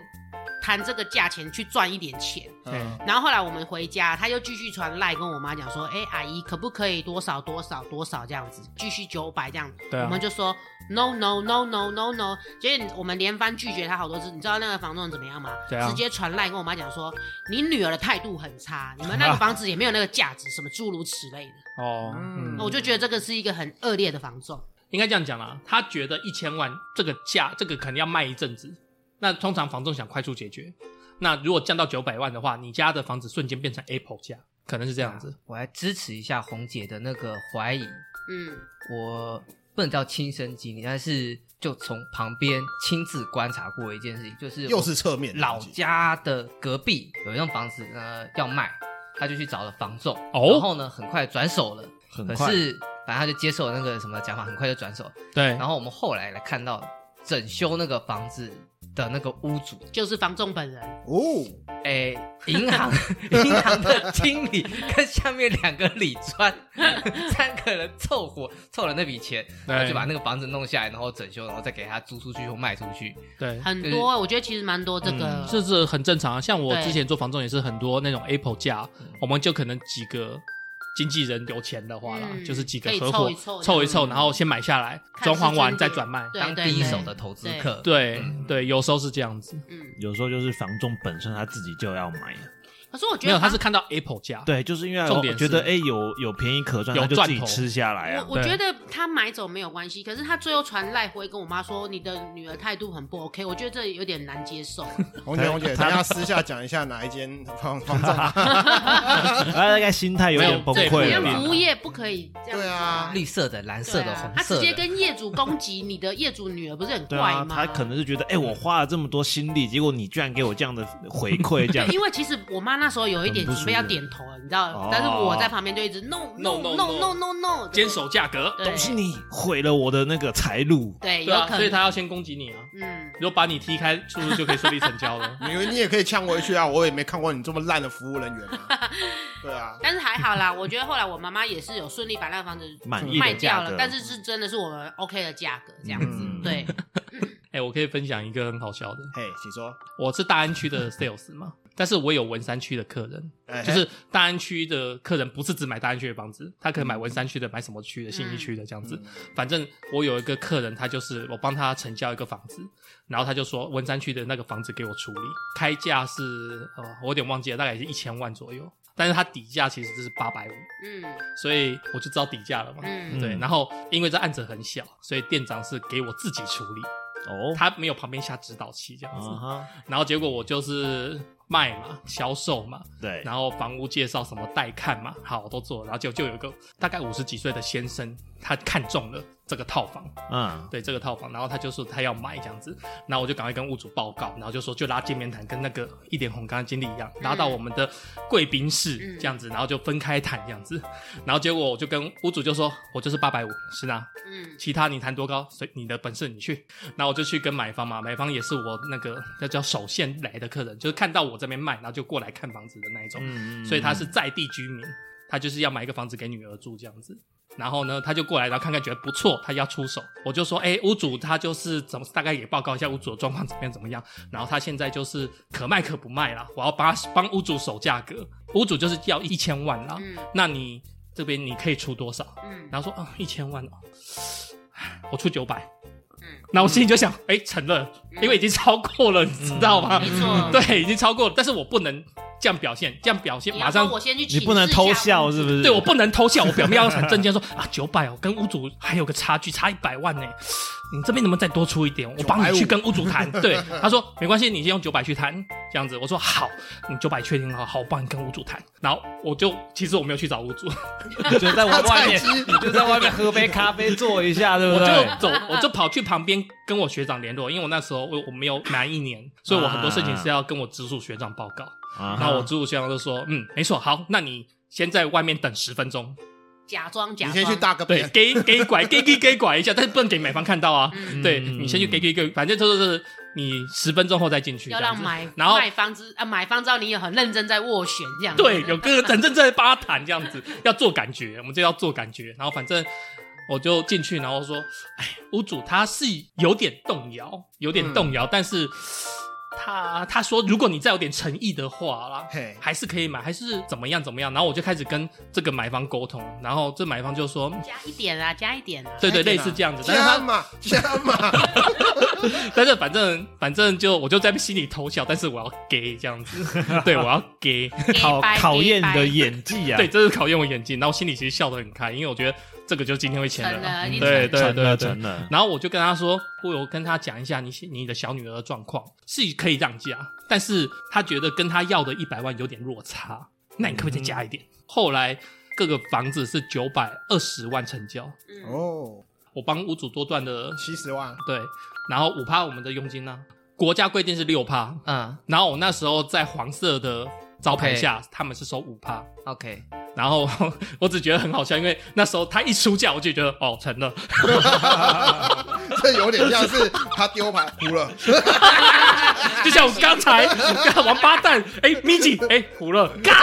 S1: 谈这个价钱去赚一点钱。
S2: 哎
S4: 嗯
S1: 然后后来我们回家，他又继续传赖跟我妈讲说，哎、阿姨可不可以多少多少多少这样子，继续九百这样。
S2: 对啊
S1: 我们就说 no no no no no no，结果我们连番拒绝他好多次。你知道那个房东人怎么样吗？
S2: 怎样
S1: 直接传赖跟我妈讲说，你女儿的态度很差，你们那个房子也没有那个价值，什么诸如此类的。
S2: 哦，
S4: 嗯
S2: 嗯
S1: 那，我就觉得这个是一个很恶劣的房仲。
S2: 应该这样讲啦。他觉得一千万这个价，这个可能要卖一阵子。那通常房东想快速解决，那如果降到九百万的话，你家的房子瞬间变成 Apple 价，可能是这样子。
S3: 我来支持一下红姐的那个怀疑，
S1: 嗯，
S3: 我不能叫亲身经历，但是就从旁边亲自观察过一件事情，就是
S4: 又是侧面
S3: 老家的隔壁有一栋房子呢要卖，他就去找了房仲，
S2: 哦
S3: 然后呢很快转手了，
S5: 很
S3: 可
S5: 快，
S3: 是反正他就接受了那个什么讲法，很快就转手了。
S1: 啊
S2: 对
S3: 然后我们后来来看到整修那个房子的那个屋主，
S1: 就是房仲本人，
S4: 哦，
S3: 哎，银行 银行的经理跟下面两个理专 三个人凑伙凑了那笔钱，然后
S2: 对
S3: 就把那个房子弄下来，然后整修，然后再给他租出去或卖出去。
S2: 对，
S1: 很
S3: 就
S2: 嗯
S3: 是
S1: 多，我觉得其实蛮多这个。
S2: 这是很正常啊。像我
S1: 对嗯
S2: 之前做房仲也是很多那种 Apple 价，我们就可能几个经纪人有钱的话啦，
S1: 嗯
S2: 就是几个
S1: 可以
S2: 合
S1: 凑
S2: 伙
S1: 一凑
S2: 凑一
S1: 这样
S2: 凑，然后先买下来，
S1: 看
S2: 装
S1: 是
S2: 潢完
S1: 真
S2: 再
S1: 的
S2: 转卖。
S1: 对
S3: 当
S1: 对
S3: 第一
S1: 对
S3: 手的投资
S1: 对
S3: 客，
S2: 对对，有时候是这样子。
S1: 嗯，
S5: 有时候就是房仲本身他自己就要买，
S1: 可是我觉
S2: 没
S1: 得
S2: 有，
S1: 房
S2: 他是看到 Apple 价，
S5: 对，就是因为
S2: 重
S5: 我
S2: 点是
S5: 觉得哎有有便宜可赚，
S2: 有
S5: 他就
S2: 赚
S5: 自己
S2: 头
S5: 吃下来啊
S1: 我。我
S2: 对
S1: 觉得他买走没有关系，可是他最后传赖回跟我妈说，你的女儿态度很不 OK，我觉得这有点难接受。
S4: 红姐红 姐，
S5: 他
S4: 等一下私下讲一下哪一间房房仲，
S5: 他哎大概心态有
S2: 没
S5: 点
S2: 有
S5: 崩
S2: 对
S1: 好
S5: 溃
S2: 不一
S5: 了
S1: 像
S2: 样
S5: 吧
S1: 服务业不可以这样子
S4: 对啊？
S3: 绿色的、蓝色
S1: 对
S3: 的、
S1: 啊，
S3: 红
S1: 他直
S3: 色
S1: 接
S3: 的。
S1: 跟业主攻击你的业主女儿，不是很
S5: 对
S1: 怪
S5: 啊，
S1: 吗？
S5: 他可能是觉得，哎、我花了这么多心力，结果你居然给我这样的回馈，这样
S1: 对，因为其实我妈那时候有一点
S5: 很不
S1: 准备要
S5: 舒服
S1: 点头了，你知道
S5: 哦，
S1: 但是我在旁边就一直 no no
S2: no,
S1: no
S2: no
S1: no no no，
S2: 坚守价格。
S1: 对
S5: 哎都是你毁了我的那个财路。
S1: 对，
S2: 对
S1: 有
S2: 啊，
S1: 可
S2: 所以
S1: 能
S2: 他要先攻击你啊，
S1: 嗯。
S2: 如果把你踢开，是不是就可以顺利成交了
S4: 你你也可以呛回去啊，我也没看过你这么烂的服务人员 啊，对啊，
S1: 但是还好啦，我觉得后来我妈妈也是有顺利把那个房子
S5: 满意的
S1: 卖掉
S5: 价
S1: 了
S5: 格，
S1: 但是是真的是我们 OK 的价格这样子，
S4: 嗯
S1: 对，
S2: 哎、我可以分享一个很好笑的，
S4: 嘿，请说，
S2: 我是大安区的 sales 嘛，但是我有文山区的客人，
S4: 哎
S2: 就是大安区的客人不是只买大安区的房子，他可能买文山区的、买什么区的、信义区的这样
S4: 嗯
S2: 子。反正我有一个客人，他就是我帮他成交一个房子，然后他就说文山区的那个房子给我处理，开价是呃我有点忘记了，大概也是一千万左右，但是他底价其实就是八百五，
S1: 嗯
S2: 所以我就知道底价了嘛。
S1: 嗯
S2: 对，
S5: 嗯
S2: 然后因为这案子很小，所以店长是给我自己处理，
S5: 哦，
S2: 他没有旁边下指导器这样
S5: 啊
S2: 子。
S5: 哈，
S2: 然后结果我就是卖嘛、销售嘛，
S5: 对，
S2: 然后房屋介绍什么带看嘛，好我都做了。然后就就有一个大概五十几岁的先生，他看中了这个套房，
S5: 嗯，
S2: 对这个套房，然后他就说他要买这样子，然后我就赶快跟屋主报告，然后就说就拉见面谈，跟那个一点红刚刚经理一
S5: 嗯
S2: 样，拉到我们的贵宾室
S1: 嗯
S2: 这样子，然后就分开谈这样子，然后结果我就跟屋主就说，我就是八百五，是拿，
S1: 嗯
S2: 其他你谈多高，随你的本事你去。然后我就去跟买方嘛，买方也是我那个那叫首先来的客人，就是看到我这边卖，然后就过来看房子的那一种，
S5: 嗯
S2: 所以他是在地居民，他就是要买一个房子给女儿住这样子。然后呢，他就过来，然后看看觉得不错，他要出手，我就说，哎，屋主他就是怎么，大概也报告一下屋主的状况怎么样怎么样。然后他现在就是可卖可不卖啦，我要帮他帮屋主守价格，屋主就是要一千万啦，
S1: 嗯
S2: 那你这边你可以出多少？
S1: 嗯，
S2: 然后说啊，一千万哦，我出九百。
S1: 嗯
S2: 那我心里就想，哎、成了，因为已经超过了，你知道吗？
S1: 嗯没错，
S2: 对，已经超过了，但是我不能这样表现，这样表现，
S1: 你
S2: 马
S1: 要
S2: 上
S1: 说我先去请
S5: 你不能
S1: 示一下
S5: 偷笑是不是？
S2: 对我不能偷笑，我表面要很正经地说 啊，九百哦，跟屋主还有个差距，差一百万呢。你这边能不能再多出一点？我帮你去跟屋主 谈。对，他说没关系，你先用九百去谈，这样子。我说好，你九百确定了，好，我帮你跟屋主谈。然后我就其实我没有去找屋主，
S5: 你就在我外面
S4: 菜鸡，
S5: 你就在外面喝杯咖啡坐一下，对
S2: 我
S5: 不
S2: 就
S5: 对？
S2: 走， 我就跑去旁边跟我学长联络，因为我那时候我我没有满一年，所以我很多事情是要跟我直属学长报告。
S5: 啊
S2: 然后我直属学长就说，嗯，没错，好，那你先在外面等十分钟，
S1: 假装假
S4: 你
S1: 装，
S4: 先去大个
S2: 对，
S4: 便，
S2: 给给拐，给给给拐一下，但是不能给买方看到啊。
S1: 嗯
S2: 对你先去给给给，反正就是你十分钟后再进去，
S1: 要
S2: 这样
S1: 让
S2: 子
S1: 买
S2: 然后
S1: 卖方知啊买方知道你也很认真在斡旋这样子。
S2: 对有个人正在帮他谈这样子，要做感觉，我们就要做感觉。然后反正我就进去，然后说，哎，屋主他是有点动摇，有点动摇，但是他他说如果你再有点诚意的话啦，
S4: 嘿，
S2: 还是可以买，还是怎么样怎么样。然后我就开始跟这个买方沟通，然后这买方就说。嗯
S1: 加一点啊，加一点啊。
S2: 对对，
S4: 加一
S2: 类
S4: 点啊
S2: 似这样子，但是他
S4: 加嘛加嘛，
S2: 但是反正反正就我就在心里偷笑，但是我要 gay 这样子， 对我要 gay，
S5: 考考验你的
S1: 眼
S5: 演技啊！
S2: 对，，这是考验我演技。然后心里其实笑得很开，因为我觉得这个就是今天会签
S1: 成
S2: 了啦。嗯
S1: 了，一
S2: 对
S1: 成
S2: 对
S5: 真
S2: 对
S5: 的
S2: 对。
S5: 真的，
S2: 然后我就跟他说，我有跟他讲一下你你的小女儿的状况是可以让价，但是他觉得跟他要的一百万有点落差，那你可不可以再加一点？嗯后来各个房子是九百二十万成交，
S1: 嗯
S4: 哦，
S2: 我帮屋主多赚了
S4: 七十万，
S2: 对，然后五趴我们的佣金呢、国家规定是六趴，
S3: 嗯
S2: 然后我那时候在黄色的招牌下他们是收五趴。
S3: ，OK，
S2: 然后 我只觉得很好笑，因为那时候他一出价，我就觉得哦成了，
S4: 这有点像是他丢牌哭了，
S2: 就像我刚才我刚王八蛋，哎咪姐，哎胡了，嘎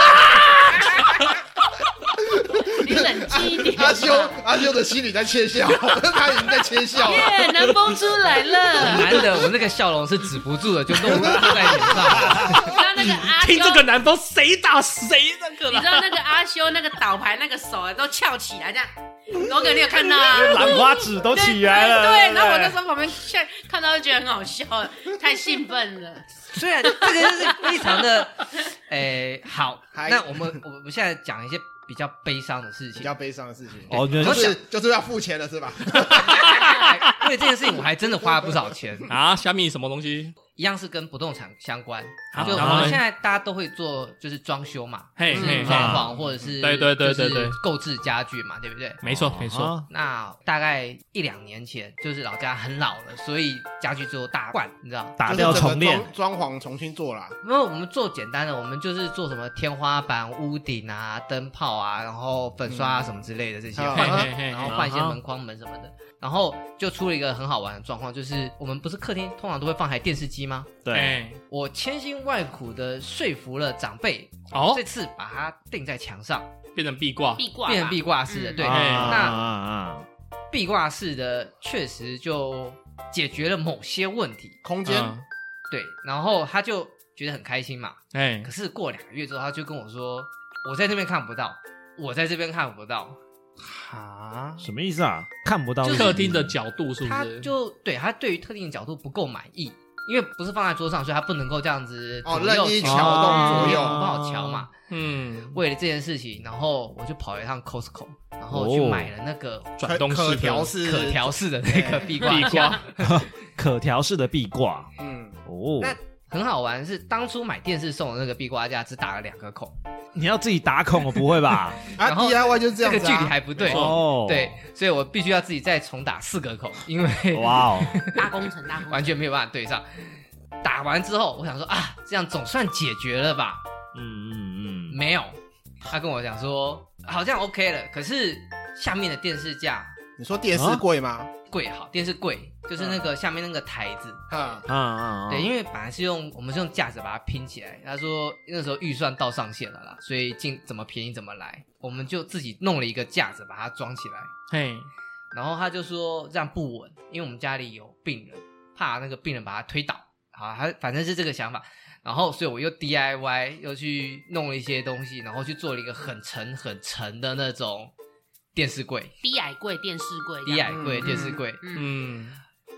S1: 你冷静一点。
S4: 阿修阿修的心里在窃笑，他已经在窃笑了。
S1: 耶，能蹦出来了。
S3: 难得我那个笑容是止不住的，就露露在脸上。啊
S1: 你知道那个阿修，
S2: 听这个南风谁打谁 那个
S1: 你知
S2: 了，
S1: 道那个阿修那个倒牌那个手啊都翘起来这样。罗哥，你有看到啊？
S5: 兰花指都起来了。
S1: 对，对对
S5: 不
S1: 然后我那时候旁边看看到就觉得很好笑，太兴奋了。
S3: 虽然这个就是非常 的，诶、哎好，
S4: 嗨
S3: 那我们我们现在讲一些比较悲伤的事
S4: 比
S3: 情
S4: 较。悲伤的事情，
S5: 哦，原来
S4: 就
S3: 我
S4: 是
S3: 想
S4: 就是要付钱了是吧？
S3: 因为这件事情，我还真的花了不少钱，
S2: 啊虾米什么东西，
S3: 一样是跟不动产相关。
S2: 好
S3: 就我
S2: 然后呢
S3: 们现在大家都会做，就是装修嘛，
S2: 嘿
S1: 嗯
S2: 嘿
S3: 装
S2: 嘿，
S3: 潢或者是
S2: 对对对对
S3: 就
S2: 对
S3: 是购置家具嘛，对不对？
S2: 没错没错，
S5: 啊
S3: 那大概一两年前，就是老家很老了，所以家具只有大罐，你知道。
S5: 打掉重
S4: 就
S5: 练
S4: 是整个装装潢重新做啦。
S3: 没有，我们做简单的，我们就是做什么天花板、屋顶啊、灯泡啊，然后粉刷啊什么之类的这些，
S4: 嗯
S2: 嘿
S3: 换
S2: 嘿嘿
S3: 然后
S2: 嘿，
S3: 换一些门框门什么的。然后就出了一个很好玩的状况，就是我们不是客厅通常都会放台电视机吗？
S5: 对，
S2: 哎
S3: 我千辛万苦的说服了长辈，
S2: 哦
S3: 这次把它定在墙上，
S2: 变成壁挂，
S1: 壁挂吧，
S3: 变成壁挂式的。
S1: 嗯
S3: 对，
S2: 啊
S5: 哎那
S3: 壁挂式的确实就解决了某些问题。
S4: 空间
S2: 嗯
S3: 对，然后他就觉得很开心嘛。
S2: 哎
S3: 可是过两个月之后，他就跟我说：“我在那边看不到，我在这边看不到。
S2: 哈，
S5: 什么意思啊？看不到
S3: 就是
S2: 客厅的角度是”不
S3: 他
S2: 是？
S3: 就对他对于特定的角度不够满意，因为不是放在桌上，所以他不能够这样子
S4: 哦
S3: 左右
S4: 任意
S3: 瞧
S4: 瞧
S5: 动
S3: 左
S5: 左
S3: 右
S5: 右
S3: 不好瞧嘛。
S2: 嗯，
S3: 为了这件事情，然后我就跑了一趟 Costco，然后去
S5: 哦
S3: 买了那个
S2: 转动
S4: 可
S2: 式
S4: 可调
S2: 的
S4: 式
S3: 可，调式的那个壁挂
S5: 哎
S2: 壁
S3: 架。
S2: 挂，
S5: 可调式的壁挂
S4: 嗯，
S5: 哦。
S3: 那很好玩是，当初买电视送的那个壁挂架只打了两个孔，
S5: 你要自己打孔，我不会 吧？
S4: 啊
S3: 然后
S4: DIY 就是这
S3: 这
S4: 样
S3: 个
S4: 子
S3: 距离
S4: 啊。
S3: 还不对。
S5: 哦，
S3: 对，，所以我必须要自己再重打四个孔，因为
S5: 哇哦，
S1: 大工程，大工程，
S3: 完全没有办法对上。打完之后，我想说啊，这样总算解决了吧？
S5: 嗯嗯嗯，
S3: 没有，他跟我讲说好像 OK 了，可是下面的电视架
S4: 你说电视柜吗？
S3: 柜好，电视柜就是那个下面那个台子，
S4: 啊，
S5: 啊啊，
S3: 对，因为本来是用我们是用架子把它拼起来，他说那时候预算到上限了啦，所以尽怎么便宜怎么来，我们就自己弄了一个架子把它装起来。
S2: 嘿，
S3: 然后他就说这样不稳，因为我们家里有病人，怕那个病人把他推倒啊，他反正是这个想法。然后，所以我又 DIY 又去弄了一些东西，然后去做了一个很沉很沉的那种电视柜、
S1: 低矮柜、电视柜这
S3: 低
S1: 样，
S3: 矮柜、
S4: 嗯
S3: 电视柜，
S1: 嗯，
S2: 嗯，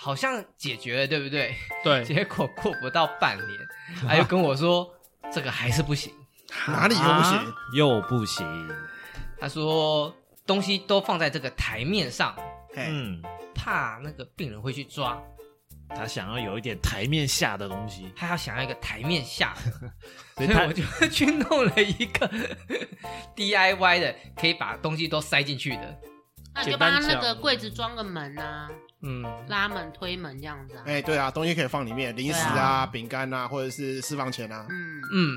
S3: 好像解决了，对不对？
S2: 对，
S3: 结果过不到半年，他又跟我说这个还是不行。
S4: 哪里都不行。
S5: 啊又不行。
S3: 他说东西都放在这个台面上，
S4: 嘿，
S5: 嗯，
S3: 怕那个病人会去抓，
S5: 他想要有一点台面下的东西，
S3: 他要想要一个台面下的，
S5: 所
S3: 所
S5: 以
S3: 以
S5: 他
S3: 我就 去弄了一个 DIY 的，可以把东西都塞进去的。
S1: 那你
S2: 简
S1: 就帮他
S2: 单
S1: 那个
S2: 讲
S1: 柜子装个门啊，
S2: 嗯，
S1: 拉门、推门这样子啊。
S4: 哎，对啊，东西可以放里面，零食
S1: 对
S4: 啊、饼干啊，或者是私房钱啊。
S1: 嗯，
S3: 嗯，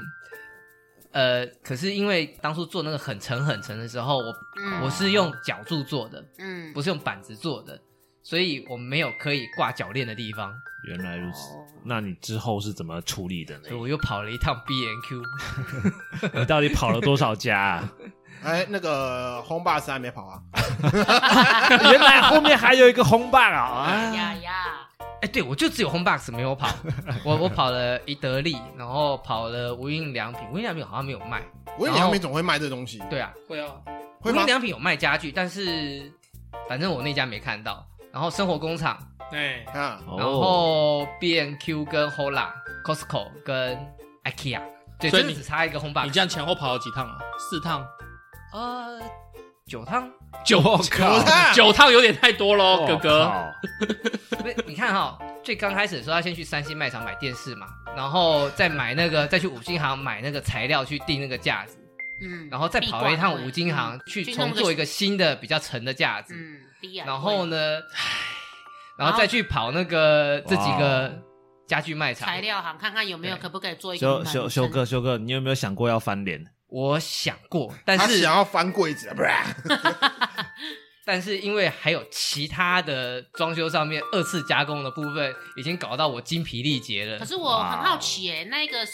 S3: 呃，可是因为当初做那个很沉很沉的时候，我
S1: 嗯
S3: 我是用脚柱做的，
S1: 嗯
S3: 不是用板子做的，所以我没有可以挂脚链的地方，
S5: 原来如此。
S1: 哦
S5: 那你之后是怎么处理的呢
S3: 所以？我又跑了一趟 B N Q。
S5: 你到底跑了多少家、 啊？
S4: 哎，那个轰霸是还没跑啊？
S5: 原来后面还有一个红棒啊！
S1: 呀呀，
S3: 哎，对，我就只有 home box 没有跑，我我跑了宜得利，然后跑了无印良品，无印良品好像没有卖。
S4: 我以为良品总会卖这东西，
S3: 对啊，
S2: 会啊，
S3: 无
S4: 会吗
S3: 印？良品有卖家具，但是反正我那家没看到。然后生活工厂，
S2: 哎，
S4: 啊，
S5: 哦
S3: 然后 B N Q 跟 Hola、Costco 跟 IKEA，对，
S2: 所以
S3: 真的
S2: 你
S3: 只差一个 home
S2: 你
S3: box。
S2: 这样前后跑了几趟啊？四趟，
S3: 呃，九趟，
S2: 九
S4: 靠
S2: 九趟有点太多喽，
S5: 我
S2: 哥哥。
S5: 靠
S3: 不是，你看哈、最刚开始的时候，他先去三星卖场买电视嘛，然后再买那个，再去五金行买那个材料去定那个架子，
S1: 嗯，
S3: 然后再跑了一趟五金行
S1: 嗯
S3: 去
S1: 去
S3: 重
S1: 弄个
S3: 做一个新的比较沉的架子，
S1: 嗯，低矮
S3: 然后呢，然
S1: 然
S3: 后
S1: 后
S3: 再去跑那个这几个家具卖场
S1: 材。料行看看有没有
S3: 对
S1: 可不可以做一个
S5: 修
S1: 门
S5: 修修哥修哥，你有没有想过要翻脸？
S3: 我想过，但
S4: 他
S3: 是
S4: 想要翻柜子，啊不是？
S3: 但是因为还有其他的装修上面二次加工的部分，已经搞到我精疲力竭了
S1: 可。是我很好奇耶、那个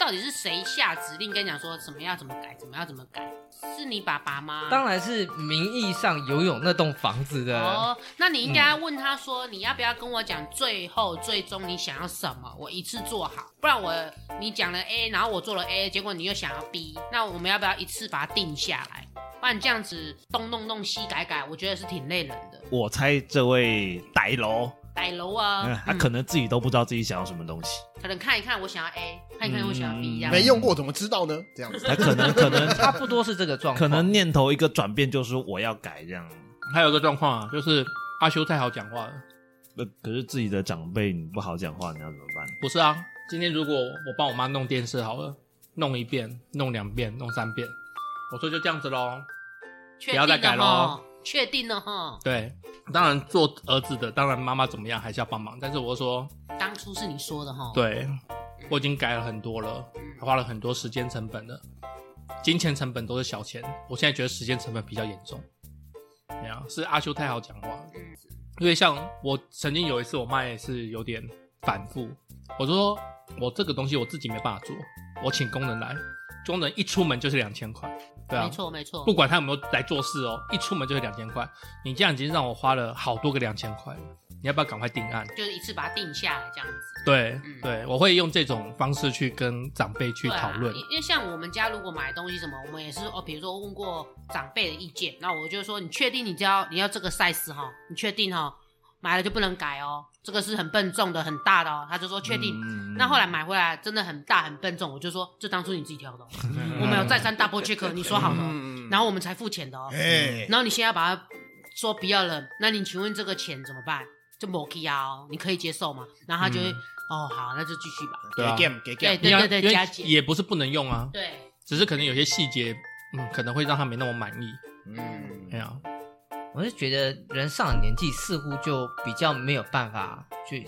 S1: 到底是谁下指令跟你讲说什么要怎么改，怎么要怎么改？是你爸爸吗？
S3: 当然是名义上拥有那栋房子的，
S1: 哦，那你应该问他说，你要不要跟我讲最后最终你想要什么？我一次做好，不然我你讲了 A，然后我做了 A，结果你又想要 B，那我们要不要一次把它定下来？不然这样子东弄弄西改改，我觉得是挺累人的。
S5: 我猜这位呆楼，
S1: 改楼啊，
S5: 嗯他
S1: 嗯
S5: 可能自己都不知道自己想要什么 东西，
S1: 可能看一看我想要 A，看一看我想要
S2: 嗯
S1: B 这样
S4: 没用过怎么知道呢？这样子，
S5: 他可能可能
S3: 差不多是这个状
S5: 可
S3: 况。
S5: 能念头一个转变就是我要改这样。
S2: 还有一个状况啊，就是阿修太好讲话了。
S5: 呃，可是自己的长辈你不好讲话，你要怎么办？
S2: 不是啊，今天如果我帮我妈弄电视好了，弄一遍，弄两遍，弄三遍，我说就这样子喽。
S1: 确
S2: 不要
S1: 定
S2: 再
S1: 了
S2: 改咯
S1: 哈，确定了哈，
S2: 对，当然做儿子的，当然妈妈怎么样还是要帮忙，但是我说，
S1: 当初是你说的哈。，
S2: 对啊我已经改了很多了，花了很多时间成本了，金钱成本都是小钱，我现在觉得时间成本比较严重。没有，是阿修太好讲话了，
S1: 嗯
S2: 因为像我曾经有一次，我妈也是有点反复，我就说我这个东西我自己没办法做，我请工人来，工人一出门就是两千块，对啊
S1: 没，错没错
S2: 不。管他有没有来做事哦，一出门就是两千块，你这样已经让我花了好多个两千块了，你要不要赶快定案？
S1: 就是一次把它定下来这样子。
S2: 对、
S1: 嗯
S2: 对，我会用这种方式去跟长辈去
S1: 对啊
S2: 讨论，
S1: 因因为像我们家如果买东西什么，我们也是哦，比如说问过长辈的意见，那我就说你确定你就要你要这个 size 哈，你确定哈，买了就不能改哦，这个是很笨重的很大的哦，他就说确定。
S5: 嗯
S1: 那后来买回来真的很大很笨重，我就说这当初你自己挑的哦、
S2: 嗯
S1: 我们有再三 double check，你说好的哦、
S4: 嗯
S1: 然后我们才付钱的哦，
S4: 哎，
S1: 然后你现在把它说不要了，那你请问这个钱怎么办？就没给啊哦，你可以接受吗？然后他就会、哦好，那就继续吧。
S2: 对啊
S4: 给 game 给 game，
S1: 对
S2: 因为
S1: 对
S2: 因为
S1: 加减
S2: 也不是不能用啊，
S1: 对。
S2: 只是可能有些细节，嗯，可能会让他没那么满意，
S4: 嗯
S2: 哎，呀、
S3: 我是觉得人上了年纪，似乎就比较没有办法去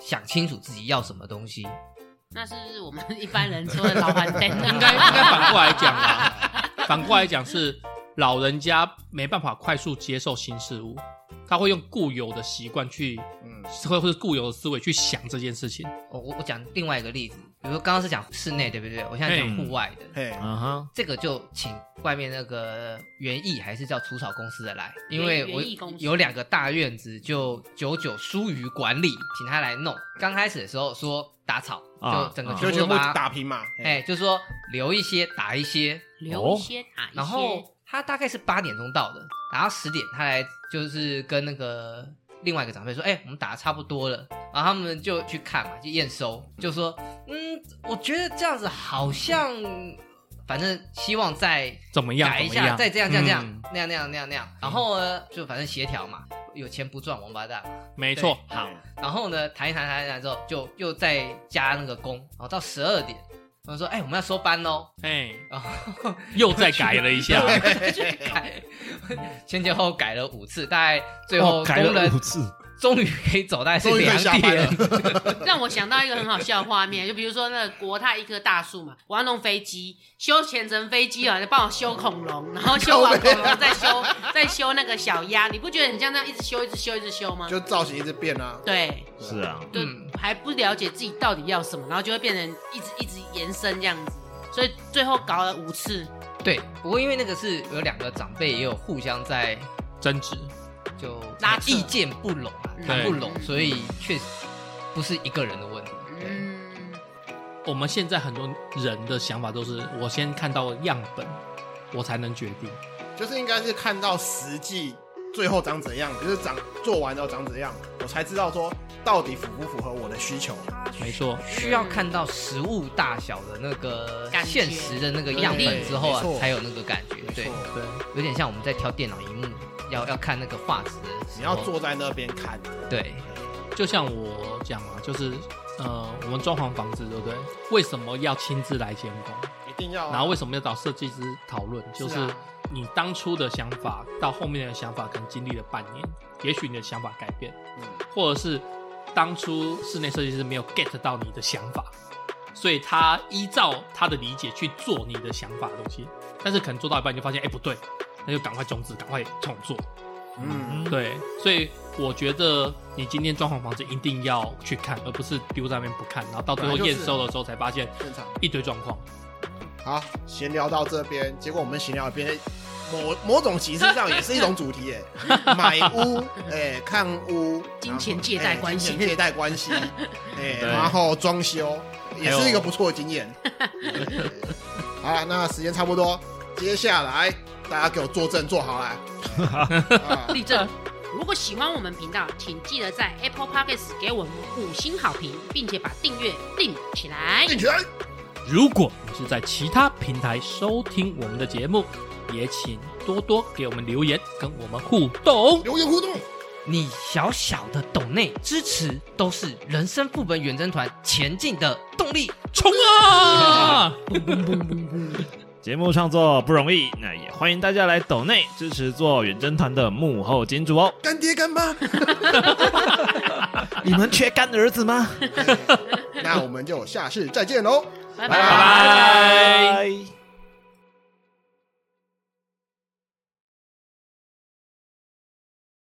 S3: 想清楚自己要什么东西。
S1: 那是我们一般人说的老顽灯、啊，
S2: 应该应该反过来讲啦， 反过来讲是老人家没办法快速接受新事物，他会用固有的习惯去，
S4: 嗯，
S2: 会会固有的思维去想这件事情。
S3: 我我我讲另外一个例子，比如说刚刚是讲室内，对不对？我现在讲户外的，
S4: 嘿，
S5: 嗯哼，
S3: 这个就请外面那个园艺还是叫除草公司的来，因为
S1: 园
S3: 我
S1: 园艺公司
S3: 有两个大院子，就久久疏于管理，请他来弄。刚开始的时候说打草，
S5: 啊
S3: 就整个
S5: 啊
S4: 就
S3: 全
S4: 全
S3: 部
S4: 部
S3: 都把它
S4: 打平嘛，
S3: 哎，就说留一些打一些，
S1: 留一些打一些，
S3: 哦然后他大概是八点钟到的，然后十点他来就是跟那个另外一个长辈说：“哎、我们打的差不多了。”然后他们就去看嘛，就验收，就说：“嗯，我觉得这样子好像，反正希望再
S2: 怎么样？
S3: 改一
S2: 怎么
S3: 下，
S2: 样
S3: 再这样这样这样、
S2: 嗯
S3: 那样那样那样那样。”然后呢，就反正协调嘛，有钱不赚王八蛋嘛。
S2: 没错，
S3: 对好，然后呢，谈一谈谈一谈之后，就又再加那个工，然后到十二点，他们说：“哎、我们要收班喽。”
S2: 哎，
S3: 然后
S2: 又再改了一下，
S3: 去改，前前后后改了五次，大概最
S5: 哦
S3: 后
S5: 改
S3: 工
S5: 了
S3: 人
S5: 五次，
S3: 终于可以走，大概 是
S4: 终于可以
S3: 两
S4: 下班
S3: 点。
S4: 了。
S1: 让我想到一个很好笑的画面，就比如说那个国泰一棵大树嘛，我要弄飞机，修前程飞机啊，就帮我修恐龙，然后修完恐龙再修， 再修那个小鸭，你不觉得很像那样一直修一直修一直修吗？
S4: 就造型一直变啊，
S1: 对，
S5: 是啊，
S1: 就
S3: 嗯
S1: 还不了解自己到底要什么，然后就会变成一直一直延伸这样子，所以最后搞了五次，
S3: 对，不过因为那个是有两个长辈也有互相在
S2: 争执。
S3: 就
S1: 拉扯
S3: 意见不拢啊，
S1: 对
S3: 谈不拢，
S1: 嗯
S3: 所以确实不是一个人的问题。对，
S1: 嗯，
S2: 我们现在很多人的想法都是，我先看到样本，我才能决定。
S4: 就是应该是看到实际最后长怎样，就是长做完后长怎样，我才知道说到底符不符合我的需求。
S2: 没错，
S3: 需要看到实物大小的那个
S1: 感觉
S3: 现实的那个样
S1: 对
S3: 本之后啊
S4: 嗯没，错
S3: 才有那个感觉。对
S4: 没，错
S2: 对，
S3: 有点像我们在挑电脑荧幕，要要看那个画质的时候，
S4: 你要坐在那边看，
S3: 对，
S2: 就像我讲啊，就是呃，我们装潢房子，对不对？为什么要亲自来监工？
S4: 一定要啊、
S2: 然后为什么要找设计师讨论？就是
S4: 是啊
S2: 你当初的想法到后面的想法，可能经历了半年，也许你的想法改变，
S4: 嗯
S2: 或者是当初室内设计师没有 get 到你的想法，所以他依照他的理解去做你的想法的东西，但是可能做到一半你就发现，哎、不对，那就赶快终止，赶快重做。
S4: 嗯，
S2: 对，所以我觉得你今天装潢房子一定要去看，而不是丢在那边不看，然后到最后
S4: 本来
S2: 验
S4: 就是啊
S2: 收的时候才发现
S4: 正常。
S2: 一堆状况。
S4: 好，闲聊到这边，结果我们闲聊边某某种形式上也是一种主题耶，买屋，哎、看屋，
S1: 金钱借贷关系
S4: 哎金钱借贷 关系，哎、
S2: 对
S4: 然后装修，也
S2: 还有
S4: 是一个不错的经验。对好了，那时间差不多，接下来大家给我作证做 好来。啊
S1: 立正。如果喜欢我们频道，请记得在 Apple Podcast 给我们五星好评，并且把订阅订起来。
S4: 进起来，
S2: 如果你是在其他平台收听我们的节目，也请多多给我们留言，跟我们互 动。
S4: 留言互动，
S3: 你小小的抖内支持，都是人生副本远征团前进的动力。
S2: 冲啊！
S5: 节目创作不容易，那也欢迎大家来抖内支持做远征团的幕后金主哦。
S4: 干爹干妈，
S5: 你们缺干儿子吗？
S4: 那我们就下次再见喽。
S1: 拜
S4: 拜
S1: 拜
S4: 拜。
S5: 拜。